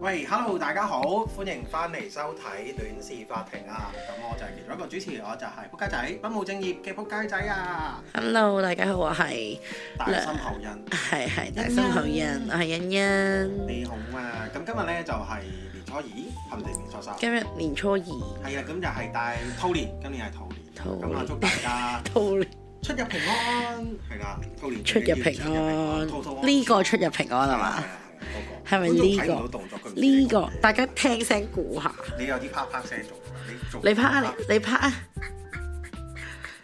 喂，Hello，大家好，歡迎翻嚟收睇《戀事法庭》啊！咁我就係其中一個主持，我就係仆街仔，不務正業嘅仆街仔啊！ Hello，大家好，我係大心口印，係係大心口人，我係欣欣。你好啊！咁今日咧就係、年初二，係咪定年初三？今日年初二，係啊，咁就係大兔年，今年係兔年，兔年咁啊祝大 家兔出入平安，係啦，兔年出入最緊平要出入平安，兔兔安安，呢個出入平安係嘛？係啊係啊係係啊嗰個咪觀眾呢睇唔個到動作，佢唔知你講呢個咩大家聽聲估下，你有啲啪啪聲做，你做你拍啊你你拍啊，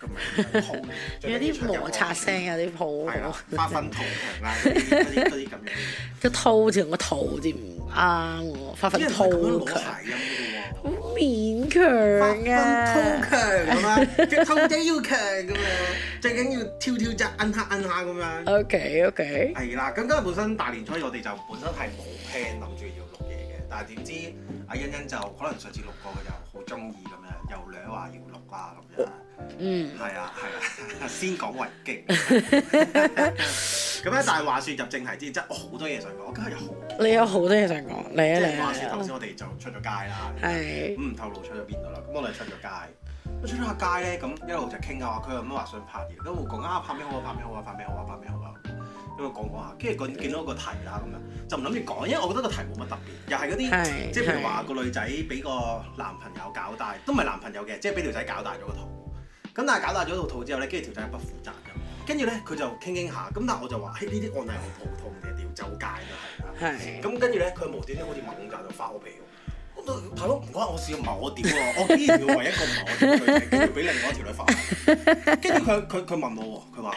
咁樣好 有啲摩擦聲，啊有啲係啊啦好，花分圖強 啦，嗰啲嗰啲嗰啲咁樣嘅個套字同個圖字唔啱喎，發嘢，因為奮套佢咁樣攞強，啊諧音嘅好喎，發勉強分啊圖！強咁啊，隻兔仔要強咁樣，最緊要跳跳扎，摁下摁下咁樣。 OK OK，係啦，咁今日本身大年初一我哋就本身係冇 plan 諗住要錄嘢嘅，但係點知阿欣欣就可能上次錄過，佢就好中意咁樣，又兩話要錄啦咁樣。嗯，係啊，係啊， 先講為 敬。咁啊咧，但係話説入正題之前，真係我好多嘢想講，今日有好多，你有好多嘢想講，嚟即啊嚟係啊話説頭嚟先啊，我哋就出咗街啦，係唔透露出咗邊度啦。咁我哋出咗街，咁出咗下街咧，咁一路就傾啊，佢有乜話想拍嘢，咁我講啊拍咩好啊，拍咩好啊，拍咩好啊，拍咩好啊。咁樣講講下，跟住佢見到個題啦，咁樣就唔諗住講，因為我覺得個題冇乜特別，又係嗰啲係，即係譬如話係個女仔俾個男朋友搞大，都唔係男朋友嘅，即係俾條仔搞大咗個肚。咁但係搞大咗個肚之後咧，跟住條仔不負責任，跟住咧佢就傾傾下，咁但係我就話：，嘿，呢啲案例好普通嘅，屌周街都係啦。係。咁跟住咧，佢無端端好似猛炸就發我脾喎。我都大佬唔關我事，唔係我屌喎，我竟然要為一個唔係我屌嘅女仔，跟住俾另外一條女發我。跟住佢佢佢問我喎，佢話：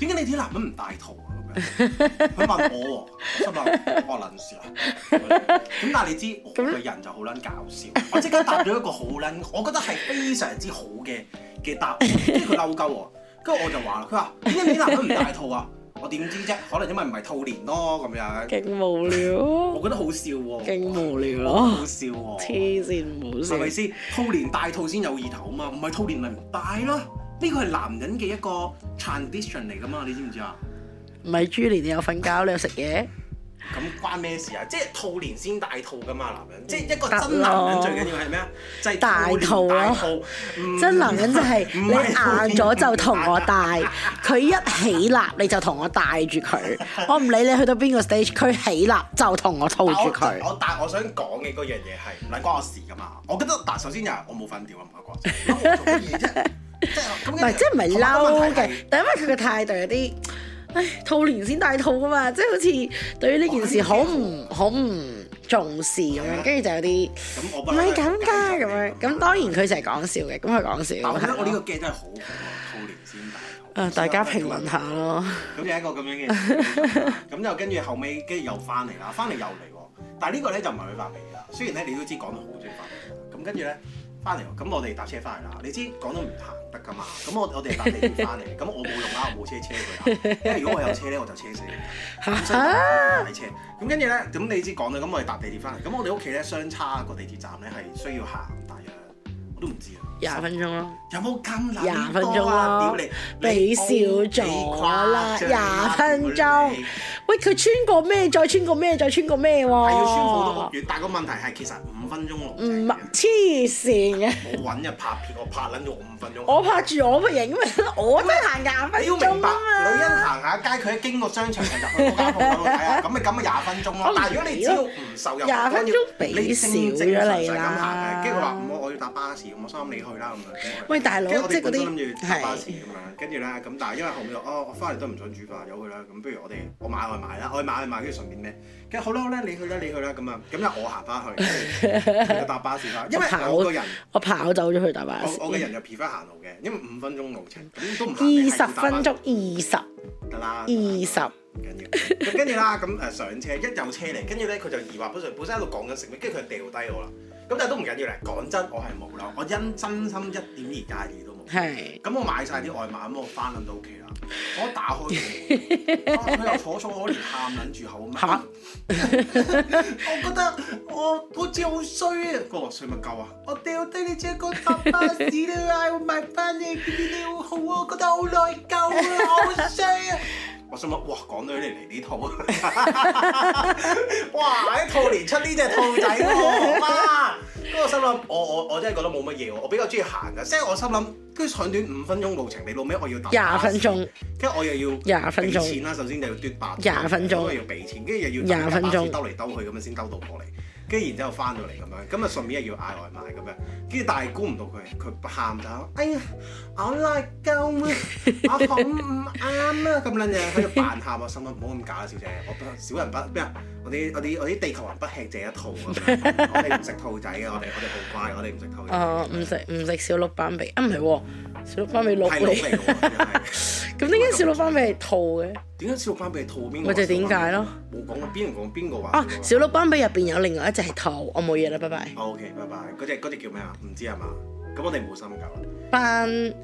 點解你啲男人唔戴套啊？咁樣佢問我喎，我心諗我撚事啊！咁但係你知我個人就好撚搞笑，我即刻答咗一個好撚，我覺得係非常之好嘅嘅答案，跟住佢嬲鳩我，跟住我就話啦，佢話點解你啲男人唔戴套啊？我點知啫？可能因為唔係兔年咯咁樣。勁無聊 我，覺得好笑喎，勁無聊好咯，笑喎，黐線冇係咪事，先？兔年戴套先有意頭啊嘛，唔係兔年咪唔戴咯。呢個係男人嘅一個 tradition 嚟噶嘛，你知唔知啊？唔係豬年你有瞓覺，你有食嘢，咁關咩事啊？即係兔年先戴套噶嘛，男人，即係一個嗯得真男人咯最緊要係咩啊？就係戴兔套年嗯戴咯套，唔真男人就係 唔你係兔硬年咗就同我戴，佢一起立你就同我戴住 佢，我唔理你去到邊個 stage，佢起立就同我套住佢但，我但係我想講嘅嗰樣嘢係唔係關我事噶嘛？我覺得嗱，首先就係我冇瞓掉啊，唔關我事。咁我做乜嘢啫？即係咁跟唔住係即係唔同係埋個嬲問題係嘅，但因為佢嘅態度有啲。唉，兔年先戴套啊嘛，即係好似對於呢件事好唔好唔重視咁樣，跟住就有啲咁我唔係咁㗎咁樣，咁當然佢成日講笑嘅，咁佢講笑。但我覺得係我咯呢個 game 真係好好喎，兔年先大。啊，大家評論下。咯。咁有一個咁樣嘅，啊咁就跟住後尾跟住又翻嚟啦，翻嚟又嚟喎。但係呢個咧就唔係佢發脾氣啦。雖然咧你都知講到好中意發脾氣啦，咁跟住咧翻嚟喎，咁我哋搭車翻嚟啦。你知講到唔行得㗎嘛？咁我我哋搭地鐵 翻嚟，咁我冇用啦，我冇車車佢啦。因為如果我有車咧，我就車死佢。咁所以啊我買車。咁跟住咧，咁你知講到，咁我哋搭地鐵翻嚟，咁我哋屋企咧相差個地鐵站咧係需要行大約，我都唔知啊。廿分鐘咯，有冇咁撚廿分多鐘啊？屌咯你，你你誇笑咗啦張啊廿分鐘屌你喂，佢穿過咩？再穿過咩？再穿過咩係喎？要啊穿好多屋苑，但係個問題係其實五分鐘路程嘅唔係嗯黐線嘅，我揾日拍片，我拍撚咗五分鐘。我拍住我嘅影，因為我都行廿分哎你要鐘啊明白，嘛。女人行下街，佢一經過商場就入去嗰間鋪頭度睇 下，咁咪咁咪廿分鐘我咯唔。但係如果你只要唔受任何哦廿分干鐘擾你俾正少正常常咗你咁行嘅啦跟住佢話唔好，我要搭巴士，我心諗你去啦咁樣。喂大佬跟住我哋即係嗰啲本身諗住搭巴士咁樣，跟住咧咁，但係因為後面就哦，我翻嚟都唔想煮飯，由佢啦。咁不如我哋我買外賣啦，我去買外賣，跟住順便咩？跟住好啦好啦，你去啦你去啦咁啊，咁就我行翻去， 跟住佢就搭巴士翻，因為我個人。我跑走咗去大巴士，我我嘅人就 prefer 行路嘅，因為五分鐘路程，咁都唔行你係二要十搭巴士分鐘，二十得啦，二十唔緊要。 咁跟住啦，咁誒上車，一有車嚟，跟住咧佢就二話不說，本身喺度講緊食咩，跟住佢就掉低我啦。咁但係都唔緊要咧，講真，我係冇嬲，我因真心一點而介意都 冇。係咁我買晒啲外賣，咁我翻撚到屋企啦。我一打開門，哎哇佢又楚楚可憐，喊撚住口咁樣嚇。 我覺得我好似好衰啊！佢話衰乜鳩啊？我掉低你隻個搭巴士啦，我買翻你，你好好啊，我覺得好內疚啊，我好衰啊！我心諗，哇，講到你嚟呢套，哇！喺兔年出呢只兔仔喎，哇！跟住我心諗，我我我真係覺得冇乜嘢喎，我比較中意行㗎，即係我心諗，跟住上短五分鐘路程，你老尾我要搭廿巴分士鐘，跟住我又要廿分鐘俾錢啦，首先就要嘟八廿分鐘跟住又要俾錢，跟住又要廿分鐘搭巴士兜嚟兜去咁樣先兜到過嚟，跟住然之後翻到嚟咁樣，咁啊順便又要嗌外賣咁樣，跟住但係估唔到佢佢喊就話哎呀，我拉鳩啊，我好唔啱啊咁撚嘢，佢就扮喊啊，心諗唔好咁假啦，小姐，我不小人不咩啊？我哋我哋我哋地球人不吃這一套咁樣，我哋唔食兔仔嘅，我哋我哋好乖，我哋唔食兔仔。哦，唔食唔食小鹿斑比，啊唔係喎，小鹿斑比鹿係佬嚟，嚟嘅喎真係。 咁點解小鹿斑比係兔嘅？點解小鹿斑比係兔邊個？咪就係點解咯？冇講過邊個講邊個話。啊，小鹿斑比入邊有另外一隻係兔，我冇嘢啦，拜拜。 O K，拜拜。嗰只嗰只叫咩啊？唔知係嘛？咁我哋冇深究啦。斑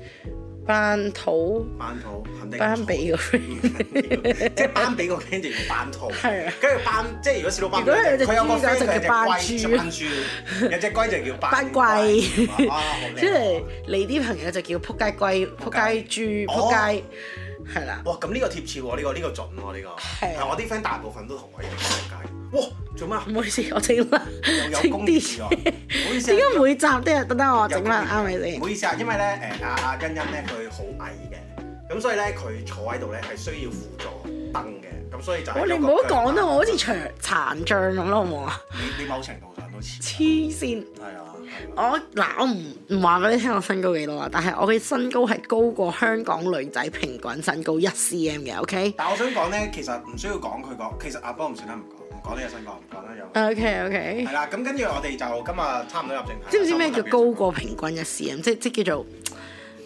斑兔斑兔肯定斑比 個 friend，唔緊要，即係斑比個 friend 就叫斑兔。 係啊跟住斑，即係如果小老如斑比，果有隻佢有個豬嘅 friend 佢有就叫斑豬隻龜，豬，有隻龜 就叫斑斑龜龜哇 好即靚係啊你啲朋友就叫撲街龜、撲街豬、哦撲街，係啦。哇！咁呢個貼切喎，呢個呢個準喎，呢個係啊係我啲 friend 大部分都同我一樣世界。哇！做咩啊？唔好意思，我整啦，又有整公啲義啊！嘢。唔好意思啊 點解每集都有？等等我哦整啦，啱你唔先好。意思啊，因為咧誒阿阿欣欣咧佢好矮嘅，咁所以咧佢坐喺度咧係需要輔助凳嘅，咁所以就係哦我你一唔個好腳啊講架到我好似長殘障咁啦，好唔好啊？你你某程度上都似黐線！係啊，係啊我嗱，我唔唔話俾你聽我身高幾多啊，但係我嘅身高係高過香港女仔平均身高一 cm 嘅，OK？OK 但我想講咧，其實唔需要講佢講，其實阿波唔算啦，唔講唔講呢個身講，唔講啦又 OK，係啦。咁跟住我哋就今日差唔多入正題啦。嗯知唔知咩叫高收過平均一 cm？即即叫做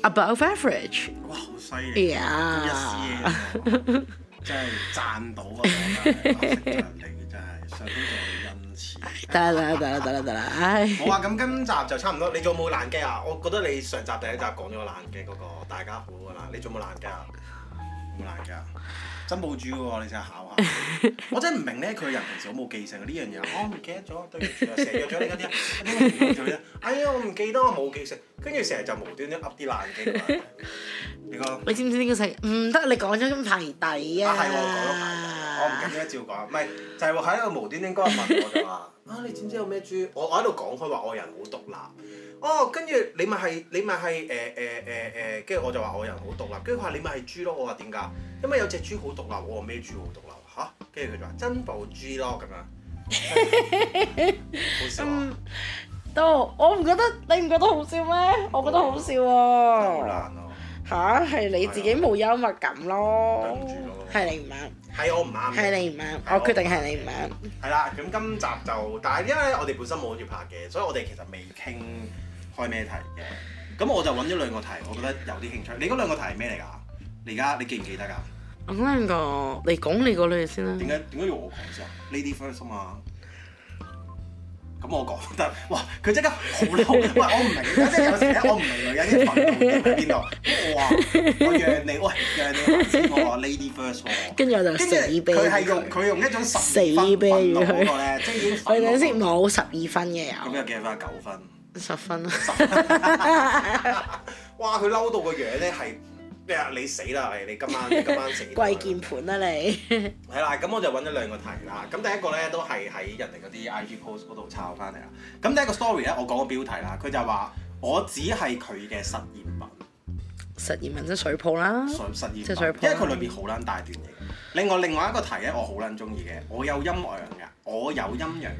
above average 尾？哇！好犀利，一 C 哎呀！真係賺到啊！ 真係我識咗人哋真係上天對我哋恩賜。啊得啦得啦得啦得啦，唉！好啊，咁今集就差唔多。你仲有冇爛機啊？我覺得你上集第一集講咗個爛機嗰個大家好噶啦，你仲有冇爛機啊？冇爛機啊？真冇主喎，你真係考 下。我真係唔明咧，佢人平時好冇記性啊呢樣嘢。我唔記得咗，對唔住啊，成日約咗你嗰啲啊，點解唔約咗你啊哎呀，我唔記得，我冇記性，跟住成日就無端端噏啲爛機㗎 嘛。你個你知唔知呢個世界唔得？你講咗咁排底啊！啊係喎，講咗排底，我唔記得照講，唔係就係話喺度無端端嗰日問我就 話啊，你知唔知有咩豬？我我喺度講開話我人好獨立。哦，跟住你咪係你咪係誒誒誒誒，跟、住、我就話我人好獨立，跟住佢話你咪係豬咯，我話點解？因為有隻豬好獨立，我話咩豬好獨立吓？跟住佢就話珍寶豬咯咁樣，好笑 嗯啊！都我唔覺得，你唔覺得好笑咩？我覺得好笑好喎、難咯，吓，係你自己冇幽默感咯對唔住咯，嗯係你唔啱，係我唔啱嘅係你唔啱，我決定係你唔啱。係啦，咁今集就，但係因為我哋本身冇諗住拍嘅，所以我哋其實未傾開咩題嘅。咁我就揾咗兩個題，我覺得有啲興趣。你嗰兩個題係咩嚟㗎？你而家你記唔記得㗎？我嗰兩個，你講你嗰類先啦點。解點解要我講先啊？Lady first 啊嘛。咁我講得，哇！佢即刻好嬲，喂！我唔明，啊即係有時咧，我唔明女人啲憤怒點喺邊度。哇！我讓你，喂，讓你先我話 Lady first 喎。 跟住我就跟死住啤佢係用佢，佢用一種十死分啤憤怒佢嗰個咧，即係已經憤我怒哋先冇十二分嘅咁有又計翻九分。十 分啦。哇！佢嬲到個樣咧係，咩啊？你死啦！你今 晚你今晚死。貴鍵盤啦你，係啦，咁我就揾咗兩個題啦。咁第一個咧都係喺人哋嗰啲 IG post 嗰度抄翻嚟啦。咁第一個 story 咧，我講個標題啦，佢就話我只係佢嘅實驗品，實驗文真水泡啦，實實驗即係水泡品，因為佢裏邊好撚大段嘢。另外另外一個題咧，我好撚中意嘅，我有陰陽眼，我有陰陽眼，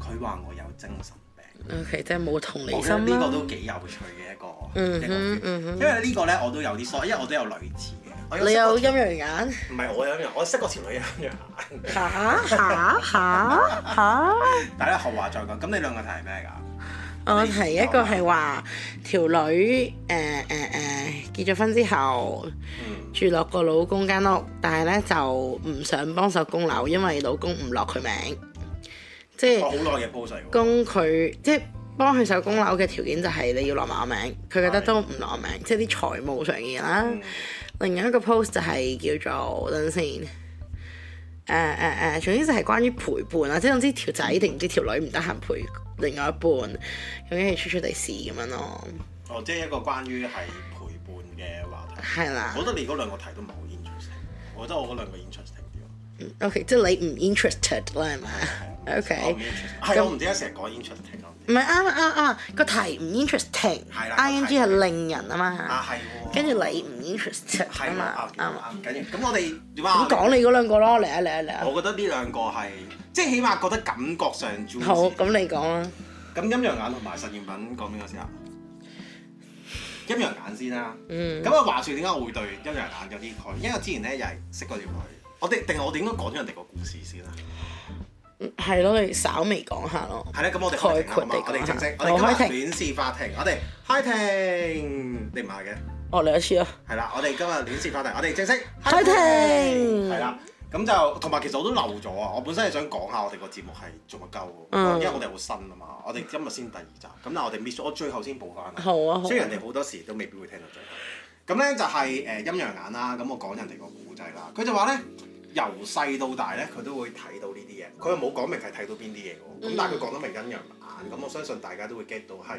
佢話我有精神病。 OK，即係冇同理我覺得心呢個啦。都幾有趣嘅一個，嗯一個哼 feel 嗯哼因為呢個咧我都有啲疏，因為我都有類似嘅。我你識過有陰陽眼？唔係我有陰陽，我識過條女有陰陽眼。 嚇嚇嚇嚇！但係咧後話再講，咁你兩個題係咩㗎？我提一個係話條女誒誒誒結咗婚之後嗯，住落個老公間屋，但係咧就唔想幫手供樓，因為老公唔落佢名，即我係好耐嘅 post 嚟喎。供佢即係幫佢手供樓嘅條件就係你要落埋我名，佢覺得都唔落我名，即係啲財務上嘅嘢啦。嗯另一個 post 就係叫做等陣先，誒誒誒，總之就係關於陪伴啦，即係總之條仔定唔知條女唔得閒陪另外一半，咁跟住出出地事咁樣咯，哦，即係一個關於係陪伴嘅話題。係啦我覺，得你嗰兩個題都唔係好 interesting。我覺得我嗰兩個 interesting 啲喎。 OK，即係你唔 interested 啦，係咪啊 我唔？OK， interesting，係我唔知點解成日講 interesting 我唔知唔係啱啱啱個題唔 interesting，係啦 ing 個題係令人啊啊嘛，係喎，跟住你唔 interested 啊係嘛啦，，啱啱啊。啱緊要。咁我哋點啊咁？講你嗰兩個咯，嚟啊嚟啊嚟啊！我覺得呢兩個係即係起碼覺得感覺上 juicy 好，咁你講啦。咁陰陽眼同埋實驗品講邊個先啊？陰陽眼先啦。嗯咁啊，話説點解我會對陰陽眼有啲概念？因為我之前咧又係識過條女，我哋定係我哋應該講咗人哋個故事先啦。係咯，你稍微講下咯。係啦，咁我哋開庭啦咁啊我哋正式，我好哋哦開今日亂事法庭，我哋開庭，你唔係嘅。我嚟一次啊！係啦，我哋今日亂事法庭，我哋正式開庭係啦，咁就同埋其實我都漏咗啊！我本身係想講下我哋個節目係做乜鳩喎，嗯因為我哋好新啊嘛，我哋今日先第二集，咁但係我哋 miss 咗，我最後先補翻啊。好啊好啊所以人哋好多時都未必會聽到最後。咁咧就係誒陰陽眼啦，咁我講人哋個古仔啦，佢就話咧。由細到大咧，佢都會睇到呢啲嘢。佢又冇講明係睇到邊啲嘢喎。嗯咁但係佢講得明陰陽眼，咁我相信大家都會 get 到係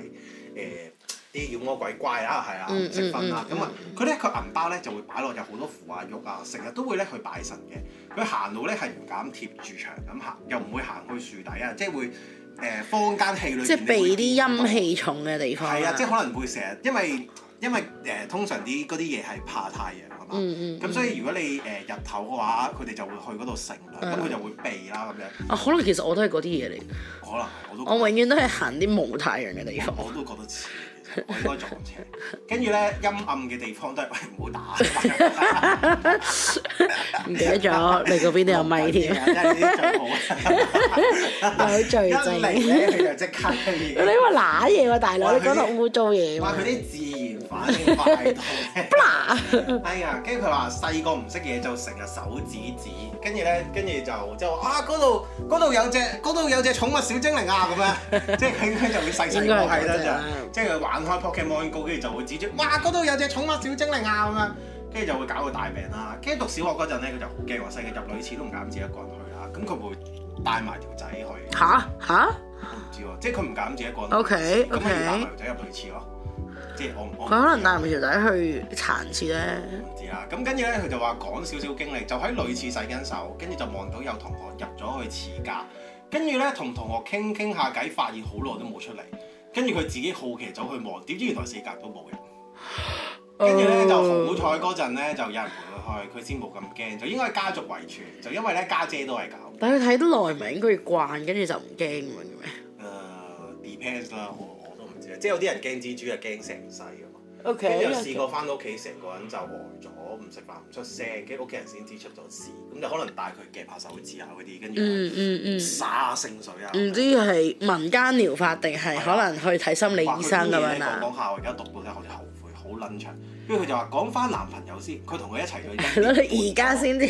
誒啲妖魔鬼怪啦，係啊，嗯唔識分啦。嗯嗯咁啊，佢咧佢銀包咧就會擺落有好多符啊、玉啊，成日都會咧去拜神嘅。佢行路咧係唔敢貼住牆咁行，又唔會行去樹底啊，即係會誒、坊間戲裏邊即係你避會啲見到陰氣重嘅地方。係啊，即係可能會成日，因為因為誒、通常啲嗰啲嘢係怕太陽啊係嘛，嗯嗯咁、所以如果你誒、日頭嘅話，佢哋就會去嗰度乘涼，嗯咁佢、就會避啦咁樣，啊，可能其實我都係嗰啲嘢嚟嘅，可能係我都覺得我永遠都係行啲冇太陽嘅地 方。我都覺得似，其實我應該撞車。跟住咧陰暗嘅地方都係喂唔好打，唔記得咗 你 嗰邊都有咪添，真係呢啲最好。有罪一嚟證。咧佢就即刻 你話揦嘢喎，大佬，話佢 你講到污糟嘢話喎佢。啲自然反應快到咧。嗱，哎呀，跟住佢話細個唔識嘢就成日手指指，跟住咧，跟住就即係話啊嗰度嗰度有隻嗰度有隻寵物小精靈啊咁 樣，即係佢應該就會細細個應該係係嗰隻啦啦就，即係佢玩開 Pokemon Go，跟住就會指住，哇嗰度有隻寵物小精靈啊咁樣，跟住就會搞到大病啦。跟住讀小學嗰陣咧，佢就好驚話細個入女廁都唔敢自己一個人去啦，咁佢會帶埋條仔去，吓吓我唔知喎，即係佢唔敢自己一個人去， ，OK 咁咪要帶 OK 埋。條仔入女廁咯，即係我唔我佢唔可知啊能帶埋條仔去殘次咧，唔知啦，咁跟住咧，佢就話講少少經歷，就喺類似洗緊手，跟住就望到有同學入咗去廁格，跟住咧同同學傾傾下偈，發現好耐都冇出嚟，跟住佢自己好奇走去望，點知原來四格都冇人，跟住咧就好彩嗰陣咧就有人陪佢去，佢先冇咁驚，就應該係家族遺傳，就因為咧家姐都係搞，但佢睇得耐咪應該要慣，跟住就唔驚咁樣嘅咩誒、depends 啦，我我都唔知，即係有啲人驚蜘蛛就驚成世㗎嘛。 ？O 跟住又 K，試過翻到屋企，成個人就呆咗，唔食飯唔出聲，跟住屋企人先知出咗事，咁就可能帶佢夾下手指啊嗰啲，跟住嗯嗯嗯，灑聖水啊。唔知係民間療法定係可能去睇心理醫生咁樣啊啦。啦。講講下，我而家讀到咧，我就後悔，好撚長。跟住佢就話講翻男朋友先，佢同佢一齊咗一年係咯，你而 家。先至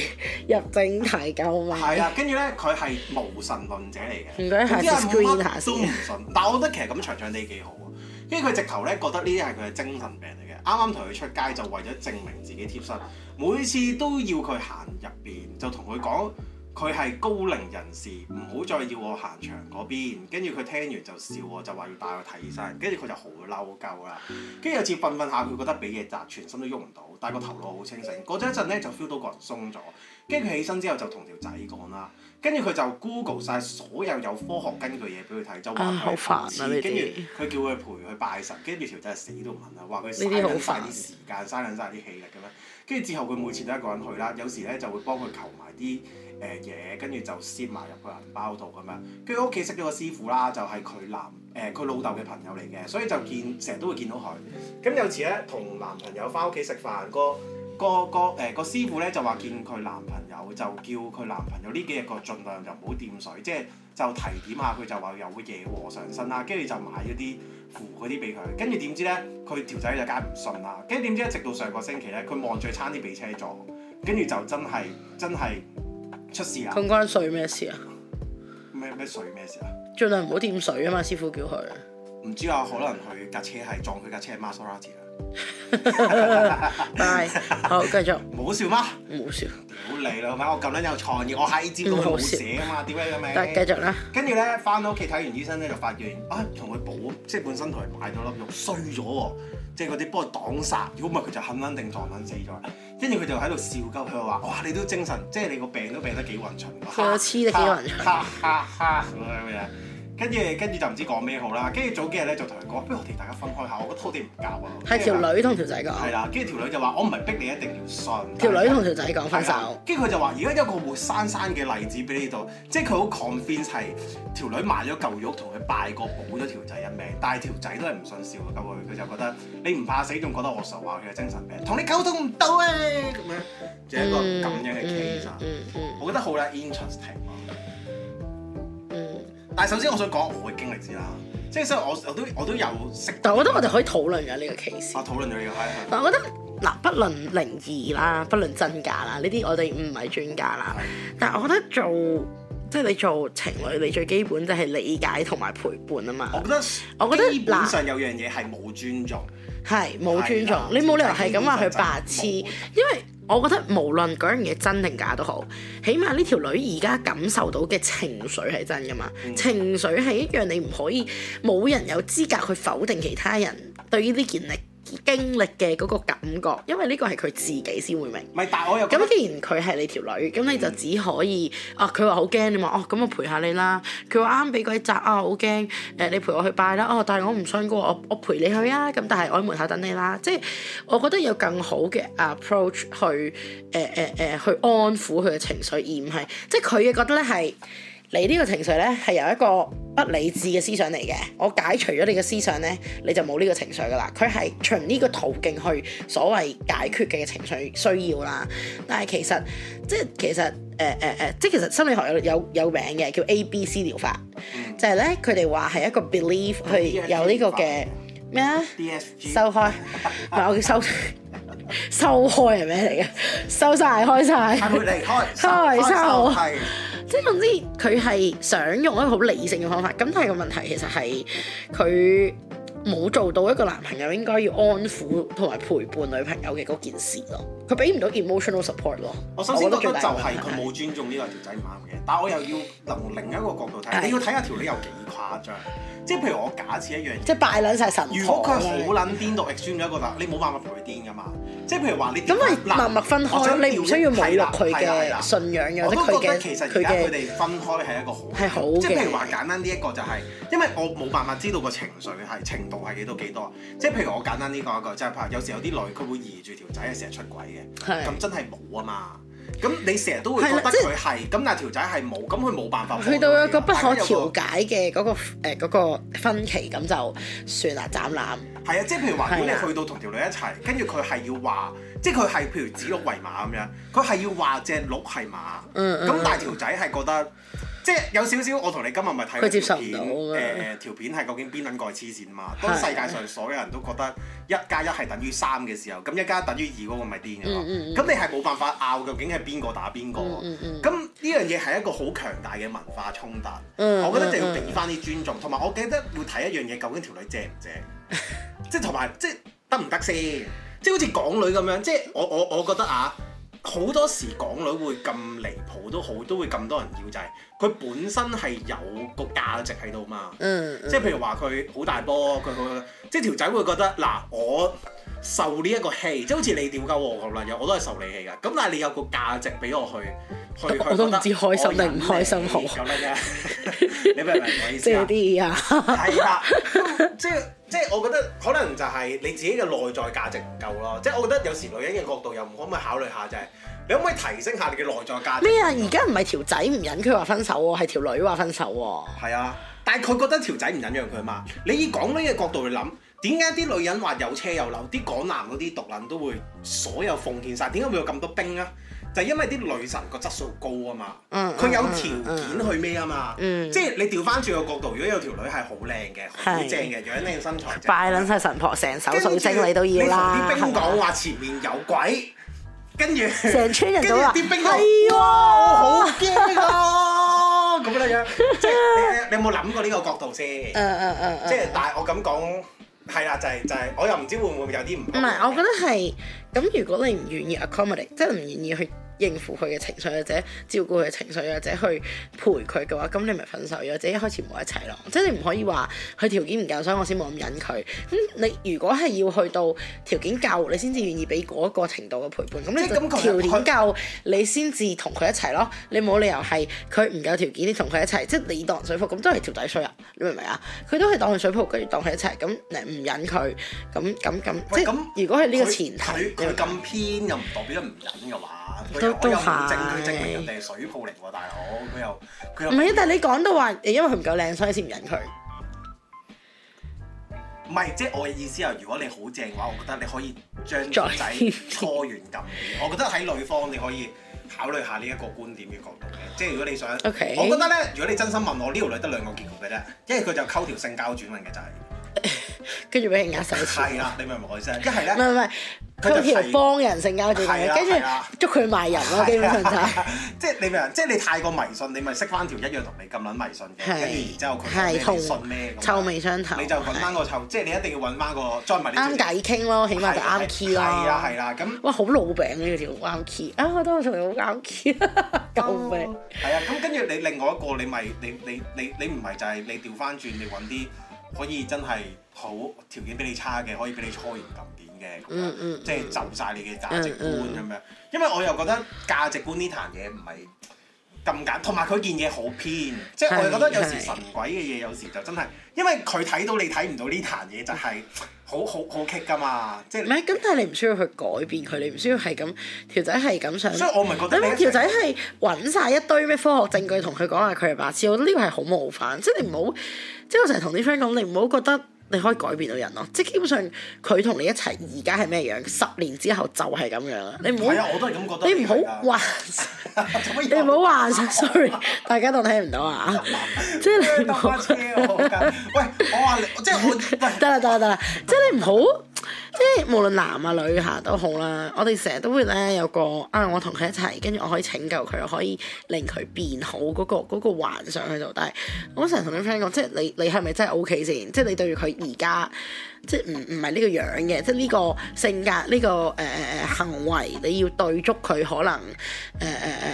入正題夠嘛？係啊，跟住咧佢係無神論者嚟嘅，唔該下次總之係 screen 下乜先都唔信。但我覺得其實咁長長地幾好啊，因為佢直頭咧覺得呢啲係佢嘅精神病嚟嘅。啱啱同佢出街就為咗證明自己貼身，每次都要佢行入邊，就同佢講佢係高齡人士，唔好再要我行長嗰邊。跟住佢聽完就笑我，就話要帶我睇醫生，跟住佢就好嬲鳩啦。跟住有次瞓瞓下，佢覺得俾嘢砸，全身都喐唔到，但係個頭腦好清醒。過咗一陣咧，就 feel 到個人鬆咗。跟住佢起身之後就同條仔講啦，跟住佢就 Google 晒所有有科學根據嘢俾佢睇，就話啊好佢煩啊係呢白痴啲跟住佢叫佢陪佢拜神，跟住條仔死都唔肯啦，話佢嘥呢啲好緊晒啲煩時間，嘥緊晒啲氣力咁樣。跟住之後佢每次都一個人去啦，有時咧就會幫佢求埋啲誒嘢，跟住就攝埋入佢銀包度咁樣。跟住屋企識咗個師傅啦，就係佢男誒佢老豆嘅朋友嚟嘅，所以就見成日都會見到佢。咁有次咧同男朋友翻屋企食飯，個個個誒、個師傅咧就話見佢男朋友，就叫佢男朋友呢幾日個盡量就唔好掂水，即係就提點下佢就話又會惹禍上身啦，跟住就買咗啲符嗰啲俾佢，跟住點知咧佢條仔就梗係唔信啦，跟住點知一直到上個星期咧，佢望住佢差啲俾車撞，跟住就真係真係出事啦！咁關水咩事啊？咩咩水咩事啊？盡量唔好掂水啊嘛，師傅叫佢。唔知啊，可能佢架車係撞佢架車係 Maserati 啊， 拜，好繼續，冇笑嗎？唔好笑，屌你啦，係咪？我咁撚有創意，我喺接到佢冇寫啊嘛，屌你個但係名。繼續啦，跟住咧，翻到屋企睇完醫生咧，就發現啊，同佢補，即係本身同佢買咗粒肉衰咗喎，即係嗰啲幫佢擋殺，如果唔係佢就肯撚定撞撚死咗。跟住佢就喺度笑鳩，佢話：哇，你都精神，即係你個病都病得幾混純。佢個黐得幾混哈哈哈哈咁樣嘅。跟住跟住就唔知講咩好啦。跟住早幾日咧就同佢講，不如我哋大家分開下，我覺得我哋唔夾啊。係條女同條仔係講，啦，跟住條女就話：我唔係逼你一定要信。條女但係同條仔講分係啊手，跟住佢就話：而家有一個活生生嘅例子俾你度，即係佢好 convince 係條女買咗嚿肉同佢拜過保咗條仔一命，但係條仔都係唔信笑嘅，咁佢佢就覺得你唔怕死，仲覺得我傻話佢係精神病，同你溝通唔到啊咁樣，就係一個嗯咁樣嘅 case 啊，嗯嗯我覺得好啦 interesting 咯。嗯，但係首先我想講我嘅經歷先啦，即係所以我我都我都有識到，但我覺得我哋可以討論嘅呢個 case。我討論咗呢個係係嗱，我覺得嗱，不論靈異啦，不論真假啦，呢啲我哋唔係專家啦。但係我覺得做即係你做情侶，你最基本就係理解同埋陪伴啊我嘛。覺得我覺得基本嗱上有樣嘢係冇尊重，係冇係尊重啦，你冇理由係咁話佢白基痴，本上真係因冇為我覺得無論嗰樣嘢真定假都好，起碼呢條女而家感受到嘅情緒係真噶嘛。情緒係一樣你唔可以冇人有資格去否定其他人對於呢件歷經歷嘅嗰個感覺，因為呢個係佢自己先會明。唔係，但係我又覺得嗯咁既然佢係你條女，咁你就只可以啊！佢話好驚，你話哦，咁我陪下你啦。佢話啱俾鬼襲啊，好驚！誒、你陪我去拜啦。哦，但係我唔信嘅喎，我我陪你去啊。咁但係我喺門口等你啦。即係我覺得有更好嘅 approach 去誒誒誒去安撫佢嘅情緒，而唔係即係佢嘅覺得咧係。你呢個情緒咧係由一個不理智嘅思想嚟嘅，我解除咗你嘅思想咧，你就冇呢個情緒噶啦。佢係循呢個途徑去所謂解決嘅情緒需要啦。但係其實即係其實誒誒誒，即係其實心理學有有有名嘅叫 A B C 療法，就係咧佢哋話係一個 belief 去有呢個嘅咩啊？ DSG 收開，唔係我叫收收開係咩嚟嘅？收晒，開晒。係會離開， 開收係即係總之，佢係想用一個好理性嘅方法，咁但係個問題其實係佢冇做到一個男朋友應該要安撫同埋陪伴女朋友嘅嗰件事咯，佢俾唔到 emotional support 咯。我首先覺得就係我覺佢得最大嘅問題冇尊重呢個條仔唔啱嘅，但係我又要從另一個角度睇，係你要睇下條女有幾誇張。即係譬如我假設一樣嘢，即係拜撚晒神婆。如果佢好撚癲到 extreme 咗一個啦，你冇辦法陪佢癲噶嘛。即係譬如話你咁咪嗱默默分我想開，你唔需要侮辱佢係啦係啦嘅信仰，又我或者都佢覺得嘅其實佢而家佢嘅哋分開係一個好係好即係譬如嘅話簡單啲一個就係、因為我冇辦法知道個情緒係程度係幾多幾多，即係譬如我簡單啲講一句，即係譬如有時有啲女佢會疑住條仔係成日出軌嘅。係咁真係冇啊嘛。咁你成日都會係覺啦得即係佢係，咁但係條仔係冇，咁佢冇辦法。去到一個不可調。調解嘅嗰個誒嗰個分歧，咁就算啦，斬攬。係啊，即係譬如話，如係啊果你去到同條女一齊，跟住佢係要話，即係佢係譬如指鹿為馬咁樣，佢係要話隻鹿係馬。嗯嗯咁但係條仔係覺得，即係有少少，我同你今日咪睇佢咗接受條唔片，到誒啊誒條片係究竟邊撚個係黐線嘛？當係世界上所有人都覺得一加一係等於三嘅時候，咁一加一等於二嗰個咪癲嘅嘛？咁、嗯嗯嗯你係冇辦法拗究竟係邊個打邊個喎？嗯嗯咁呢樣嘢係一個好強大嘅文化衝突，嗯我覺得就嗯要俾翻啲尊重，同埋我記得要睇一樣嘢，究竟條女正唔 正，即係同埋即係得唔得先，即係好似港女咁樣，即係我我我覺得啊，好多時港女會咁離譜都好，都會咁多人要就係佢本身係有個價值喺度嘛，嗯，即係譬如話佢好大波，佢佢即係條仔會覺得嗱我。受呢一個氣，即係好似你屌鳩我咁啦，有我都係受你氣㗎。咁但係你有個價值俾我去，去去我都覺唔得知開心我定唔開心好忍你咁樣嘅， 你明唔明我意思即係啊？啲啊， 係啦，即係即係，我覺得可能就係你自己嘅內在價值唔夠咯。即係我覺得有時女人嘅角度又唔可唔可以考慮下就係、你可唔可以提升下你嘅內在價值？咩啊？而家唔係條仔唔忍佢話分手喎，係條女話分手喎。係啊，但係佢覺得條仔唔忍讓佢嘛。你以港女嘅角度去諗，點解啲女人話有車有樓，啲港男嗰啲獨撚都會所有奉獻晒？點解會有咁多兵啊？就係因為啲女神個質素高啊嘛，佢、嗯有條件去咩啊嘛，嗯即係你調翻轉個角度，如果有條女係好靚嘅、好係正嘅，樣靚身材正，拜撚晒神婆，成手跟住水晶你都要啦，你同啲係兵嘛講話前面有鬼，跟 住成村人都話跟住啲兵係講哇，我好驚啊！咁樣樣，即係你你你有冇諗過呢個角度先？嗯嗯嗯嗯，即係但係我咁講，係啦，就係、就係、我又唔知會唔會有啲唔唔係，我覺得係咁。如果你唔願意 accommodate，即係唔願意去應付佢嘅情緒，或者照顧佢嘅情緒，或者去陪佢嘅話，咁你咪分手，或者一開始唔好一齊咯。即係你唔可以話佢條件唔夠，所以我先冇咁忍佢。咁你如果係要去到條件夠，你先至願意俾嗰個程度嘅陪伴，咁即你就係咁講條件佢夠，你先至同佢一齊咯。你冇理由係佢唔夠條件，你同佢一齊，即係你當人水泡，咁都係條仔衰啊！你明唔明啊？佢都係當佢水泡，跟住當佢一齊，咁你唔忍佢，咁咁咁。即喂係咁如果係呢個前提，佢佢咁偏又唔代表唔忍嘅話，佢都又我又唔證都係佢證明人哋係水泡嚟喎，大佬佢又佢又唔係啊！但係你講到話，因為佢唔夠靚，所以先唔忍佢。唔係，即係我嘅意思係，如果你好正嘅話，我覺得你可以將再條仔搓圓撳啲。我覺得喺女方你可以考慮下呢一個觀點嘅角度嘅，即係如果你想 OK 我覺得咧，如果你真心問我，呢條女得兩個結局嘅啫，一係佢就溝條性交轉運嘅就係，跟住俾人呃手錢。係啦，你明唔明我意思啊？一係唔咧，係唔係，佢就佢條係幫人性交最緊係要啦跟住係啦捉佢賣人咯，基本上就係。 即係你啊明唔明？即係你太過迷信，你咪識翻條一樣同你咁撚迷信嘅，跟住然之後佢講咩係你信咩咁樣臭味相投，你就揾翻個臭，即係你一定要揾翻個，再唔係你啱偈傾咯，起碼就啱 key 咯。係啊啦係啦，咁。哇，好老餅啊呢條啱 key 啊！我覺得我同你好啱 key，救啊哦命！係啊，咁跟住你另外一個你咪你你你你唔係就係你調翻轉，你揾啲可以真係好條件比你差嘅，可以俾你初型撳點嘅，咁嗯樣嗯即係就晒你嘅價值觀嗯咁樣。因為我又覺得價值觀呢壇嘢唔係咁簡，同埋佢件嘢好偏，即係我又覺得有時係神鬼嘅嘢有時就真係，因為佢睇到你睇唔到呢壇嘢就係好好好棘㗎嘛，即唔係係咁，但係你唔需要去改變佢，你唔需要係咁條仔係咁想。所以我咪覺得你呢明一條仔係揾晒一堆咩科學證據同佢講話佢係白痴，我覺得呢個係好冒犯。即係你唔好，即係我成日同啲 friend 講，你唔好覺得你可以改變到人咯。即係基本上佢同你一齊而家係咩樣，十年之後就係咁樣啦。你唔好係，啊，我都係咁覺得你唔好係啊㗎。幻， 做乜你嘢唔好幻想。Sorry，大家都聽唔到啊。 即係你唔好。車我好緊喂，我話你，即係我 喂，得啦得啦得啦，即係你唔好，即係無論男啊女啊都好啦，我哋成日都會咧有個啊，我同佢一齊，跟住我可以拯救佢，我可以令佢變好嗰、個嗰、個幻想喺度。但係我成日同啲 friend 講，即係你你係咪真係 O K 先？即係你對住佢而家，即係唔唔係呢個樣嘅，即係呢個性格呢、個誒誒、呃行為，你要對足佢可能誒誒誒誒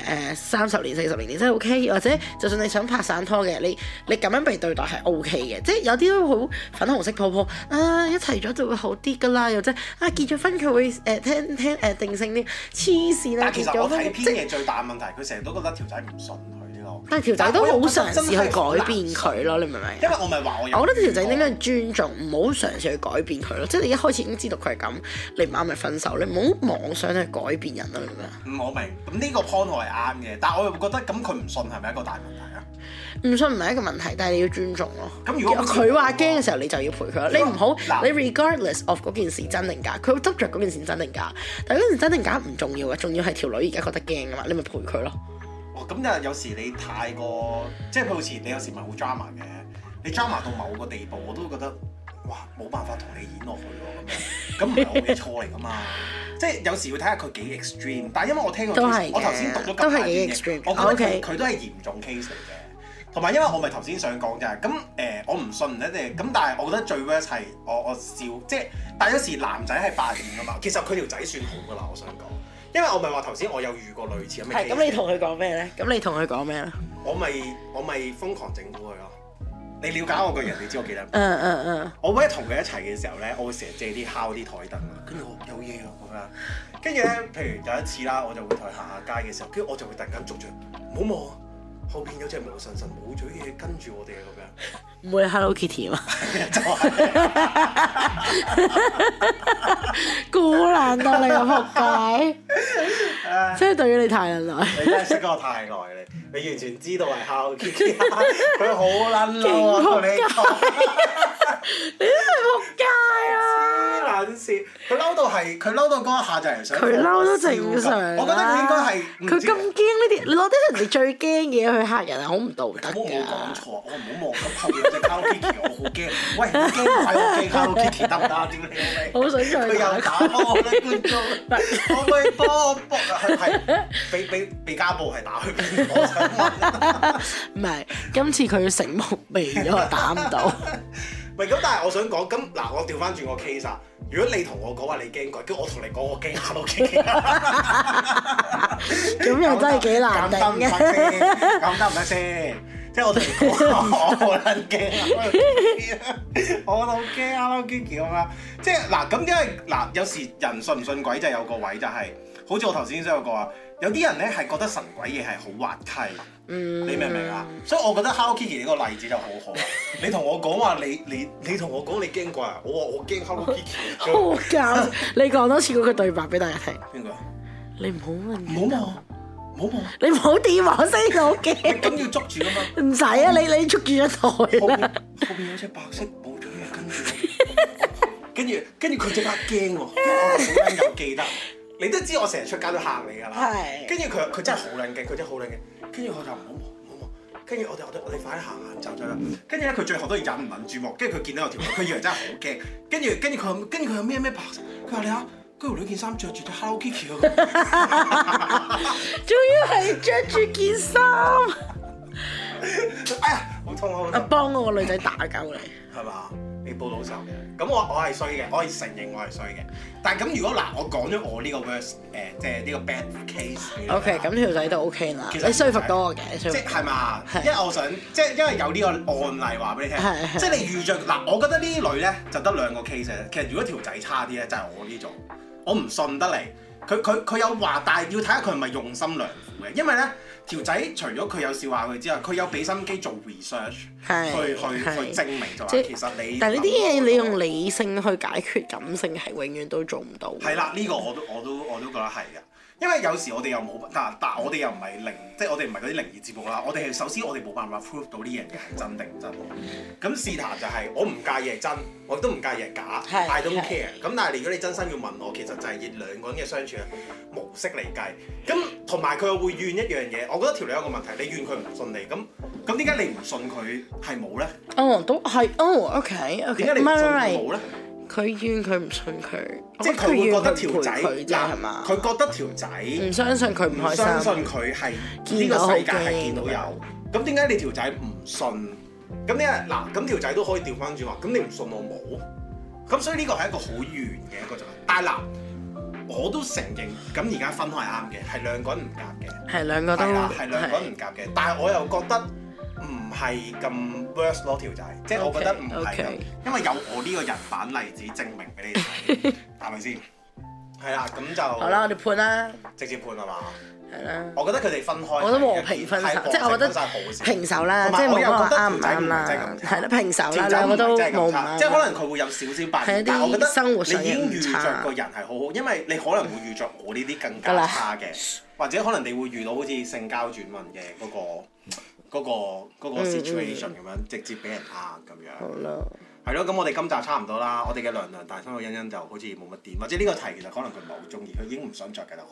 呃三十年四十年你真係 O K，或者就算你想拍散拖嘅，你你咁樣被對待係 O K 嘅，即係有啲都好粉紅色泡泡啊，一齊咗就會好啲噶啦，又即係啊結咗婚佢會誒、呃、聽聽誒、呃定性啲，黐線啦但係結其實咗我婚睇即係篇嘢最大問題，佢成日都覺得條仔唔信佢呢個。但係條仔都好嘗試去改變佢，佢咯，你明唔明啊因？為我咪話我有。我覺得條仔應該係尊重，唔好嘗試去改變佢咯。即係你一開始已經知道佢係咁，你唔啱咪分手，你唔好妄想去改變人咯，你明唔明啊？嗯，我明。咁呢個 point 我係啱嘅，但係我又覺得咁佢唔信係咪一個大問題啊？唔信唔係一個問題，但係你要尊重咯。咁如果佢話驚嘅時候，你就要陪佢咯。你唔好嗱你 regardless of 嗰件事真定假，佢會執着嗰件事真定假。但係嗰件事真定假唔重要嘅，重要係條女而家覺得驚啊嘛，你咪陪佢咯。哦，咁就有時你太過，即係佢好似你有時咪好 drama 嘅，你 drama 到某個地步，我都覺得哇冇辦法同你演落去喎咁樣，咁唔係我嘅錯嚟噶 嘛。即係有時要睇下佢幾 extreme，但係因為我聽過都 case，係嘅我頭先讀咗咁 都係大幾篇嘢 extreme 我覺得 OK 佢佢都係嚴重 case 嚟嘅。同埋因為我咪頭先想講就係咁誒，我唔信咧，即係咁，但係我覺得最 worst 係我我笑，即係但係有時男仔係扮演噶嘛，其實佢條仔算好噶啦，我想講，因為我咪話頭先我有遇過類似咁嘅 case 係咁，你同佢講咩咧？咁你同佢講咩咧？我咪我咪瘋狂整蠱佢咯。你了解我個人，你知我幾得。嗯嗯嗯，我每一同佢一齊嘅時候咧，我會成日借啲敲啲台凳啊，跟住我有嘢啊咁樣。跟住咧，譬如有一次啦，我就會同佢行下街嘅時候，跟住我就會突然間捉住佢，唔好望啊，後邊有隻毛神神冇嘴嘢跟住我哋啊唔會係 Hello Kitty 啊 嘛，咁樣。就 係孤難得你個啊仆街，唉即係對於你太忍耐。你真係識我太耐你，你完全知道係敲 K K，佢 好撚嬲啊！勁同你仆講。你真係仆街啊！黐撚線，佢嬲到係佢嬲到嗰一下就係想佢嬲都正常啦我覺得佢應該係唔佢知咁驚呢啲，你攞啲人哋最驚嘅嘢去嚇人係啊好唔道德我冇㗎講。錯，我唔好望咁後面有隻 Hello Kitty，我好驚。喂，唔驚快，我驚 Hello Kitty 得唔得？啊屌你老味！好想再佢又打波啦，觀 眾，可唔可以幫我 book 啊？係係俾俾俾家暴係打去邊？我想問。唔係，今次佢醒目未咗，打唔到。唔係咁，但係我想講，咁嗱，我調翻轉個 case 啊。如果你同我講話你驚鬼，跟住我同你講我驚下都驚 咁又真係幾咁難得唔頂得嘅。先？咁得唔得先？即係我同你講，我好撚驚啊！我好驚啊！我驚叫啊！即係嗱，咁因為嗱，有時人信唔信鬼就有個位就係、好似我頭先都有個話，有啲人咧係覺得神鬼嘢係好滑稽。嗯，你明唔明啊？所以我覺得 Hello Kitty 呢個例子就好好啊！你同我講話你你你同我講你驚鬼啊！我話我驚 Hello Kitty 好搞，你講多次嗰句對白俾大家聽。邊個啊？你 唔好問，唔好望，唔好望，你唔好掂我先，我驚。咁要捉住噶嘛！唔使啊，你你捉住咗後台邊啦。後邊有隻白色冇咗嘢跟住我，跟住跟住佢即刻驚喎，我好撚有記得。你都知我成日出街都嚇你㗎啦，係跟住佢佢真係好撚勁，佢真係好撚勁。跟住我就唔好望，唔好望。跟住我哋我哋我哋快啲行啊行走走啦。跟住咧佢最後都係忍唔撚住望，跟住佢見到有條女，佢以為真係好驚。跟住跟住佢話跟住佢話咩咩白色，佢話你啊，嗰條女件衫着住對 Hello Kitty 啊。仲要係着住件衫，哎呀，好 痛啊！好啊痛幫我個女仔打救你。係嘛？你報到仇嘅，咁我我係衰嘅，我係承認我係衰嘅。但係咁如果嗱，我講咗我呢個 worst 誒、即係呢個 bad case 俾你啦。 OK，咁條仔都 OK 啦。其實你說服到我嘅，你說即服係係嘛？ 係因為我想，即係因為有呢個案例話俾你聽係，係即係你遇着嗱，我覺得呢啲類咧就得兩個 case 啫。其實如果條仔差啲咧，就係我呢種，我唔信得嚟。佢佢佢有話，但係要睇下佢係咪用心良苦嘅，因為咧條仔除咗佢有笑話佢之外，佢有俾心機做 research 係去去係去證明就話即係其實你但係呢啲諗嘢過你用理性去解決，感性係永遠都做唔到。係啦，呢、個我都我都我都覺得係嘅，因為有時我哋又冇，但但我哋又唔係靈，即係我哋唔係嗰啲靈異節目啦。我哋係首先我哋冇辦法 prove 到呢樣嘢係真定唔真喎。咁試探就係、我唔介意係真，我都唔介意係假係，I don't 係 care。咁但係如果你真心要問我，其實就係以兩個人嘅相處模式嚟計。咁同埋佢又會怨一樣嘢，我覺得條女有個問題，你怨佢唔信你，咁咁點解你唔信佢係冇咧？哦，都係哦，OK 點解 OK，你唔唔係信唔佢係冇唔係，咧？佢怨佢唔信佢，即係我佢覺會覺得得佢條仔怨佢陪佢啫係嘛？佢覺得條仔。唔相信佢唔唔開相心，信佢係呢見個到世界好驚係見到有，咁點解你條仔唔信？咁點解嗱？咁條仔都可以調翻轉話，咁你唔信我冇？咁所以呢個係一個好圓嘅一個狀態。但係嗱，我都承認，咁而家分開係啱嘅，係兩個人唔夾嘅，係兩個都係啦，係兩個人係唔夾嘅。但係我又覺得唔係咁 worse 咯，條仔，即係我覺得唔係 OK，OK 咁，因為有我呢個人版例子證明俾你 睇，係咪先？係啦，咁好啦，就我哋判啦，直接判係嘛？係啦，我覺得佢哋分開，我都和平分手，即係我覺得平手啦，即係冇話啱唔啱啦，係啦，平手啦，兩個都冇唔啱，即係可能佢會有少少敗係但一啲係我覺得生活上你已經嘅遇誤着差個人係好好，因為你可能會遇着我呢啲更得啦加差嘅，或者可能你會遇到好似性交轉運嘅嗰個嗰個嗰嗯個 situation 咁樣，直接俾人呃咁樣好。啦，係咯，咁我哋今集差唔多啦，我哋嘅娘娘大生個欣欣就好似冇乜點，或者呢個題其實可能佢唔係好中意，佢已經唔想着㗎啦。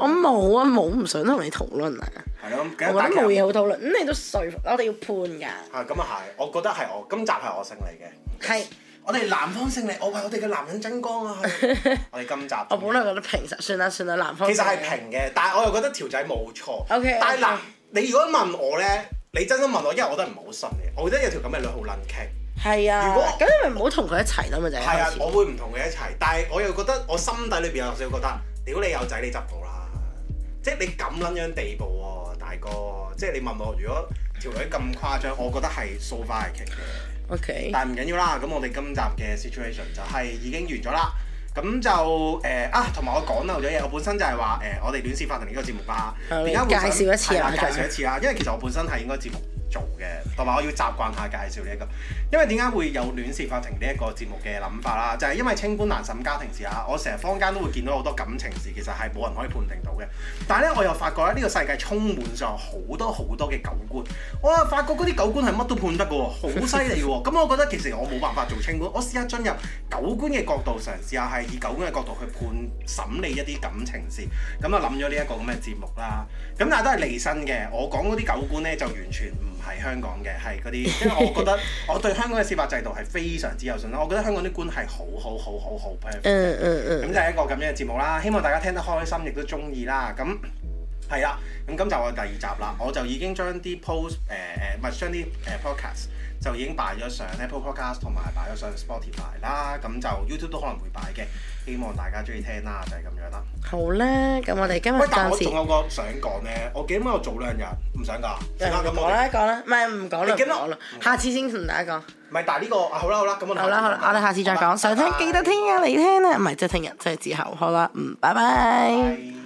我冇啊，冇唔想同你討論啊，係咯，咁我覺得冇嘢好討論，嗯咁你都說服，我哋要判㗎，啊，咁啊係，我覺得係我今集係我勝利嘅，係，我哋南方勝利，我為我哋嘅男人爭光 啊！係我哋今集我本來覺得平手，算啦算啦，南方其實係平嘅，但係我又覺得條仔冇錯。 OK，但係嗱 OK，你如果問我咧，你真心問我，因為我都係唔係好信嘅，我覺得有條咁嘅女好撚傾。係啊如果，咁你咪唔好同佢一齊啦嘛，就係係開啊，始我會唔同佢一齊，但係我又覺得我心底裏邊有少少覺得，屌你有仔你執到啦，即係你咁撚樣地步喎、大哥，即係你問我如果條女咁誇張，我覺得係 so far 係傾嘅。 ，OK，但唔緊要啦，咁我哋今集嘅 situation 就係已經完咗啦。咁就誒、啊，同埋我講漏咗嘢，我本身就係話誒，我哋亂事法庭呢個節目啦，係點解會想介紹一次啊係介紹一次啦，因為其實我本身係應該節目做嘅，同埋我要習慣下介紹呢、一個。因為點解會有亂事法庭呢一個節目嘅諗法啦，就係、因為清官難審家庭事啊，我成日坊間都會見到好多感情事，其實係冇人可以判定到嘅。但係咧，我又發覺咧，呢、個世界充滿上好多好多嘅狗官，我又發覺嗰啲狗官係乜都判得嘅喎，好犀利喎。咁我覺得其實我冇辦法做清官，我試下進入狗官嘅角度，嘗試下係以狗官嘅角度去判審理一啲感情事。咁啊諗咗呢一個咁嘅節目啦。咁但係都係離身嘅，我講嗰啲狗官咧就完全唔係香港嘅，係嗰啲，因為我覺得我對香港嘅司法制度係非常之有信心。我覺得香港啲官係好好好好好 perfect 嗯嗯 咁嗯，就係一個咁樣嘅節目啦，希望大家聽得開心，亦都中意啦。咁係啦，咁今集我第二集啦，我就已經將啲 post 誒、誒，唔係將啲誒 podcast 就已經擺咗上 Apple Podcast 同埋擺咗上 Spotify 啦，咁就 YouTube 都可能會擺嘅，希望大家中意聽啦，就係、咁樣啦。好啦，咁我哋今日喂，但嗯我暫仲時有個想講咧，我記得我早兩日唔想㗎，算啦咁講我哋啦講啦，唔係唔講啦唔你記得講啦，下次先同大家講。唔係，但係呢個啊好啦好啦，咁我哋好啦好啦，我啊哋下次再講。想聽記得聽日嚟聽啦，唔係即係聽日，即係之後。好啦，嗯，拜拜。拜拜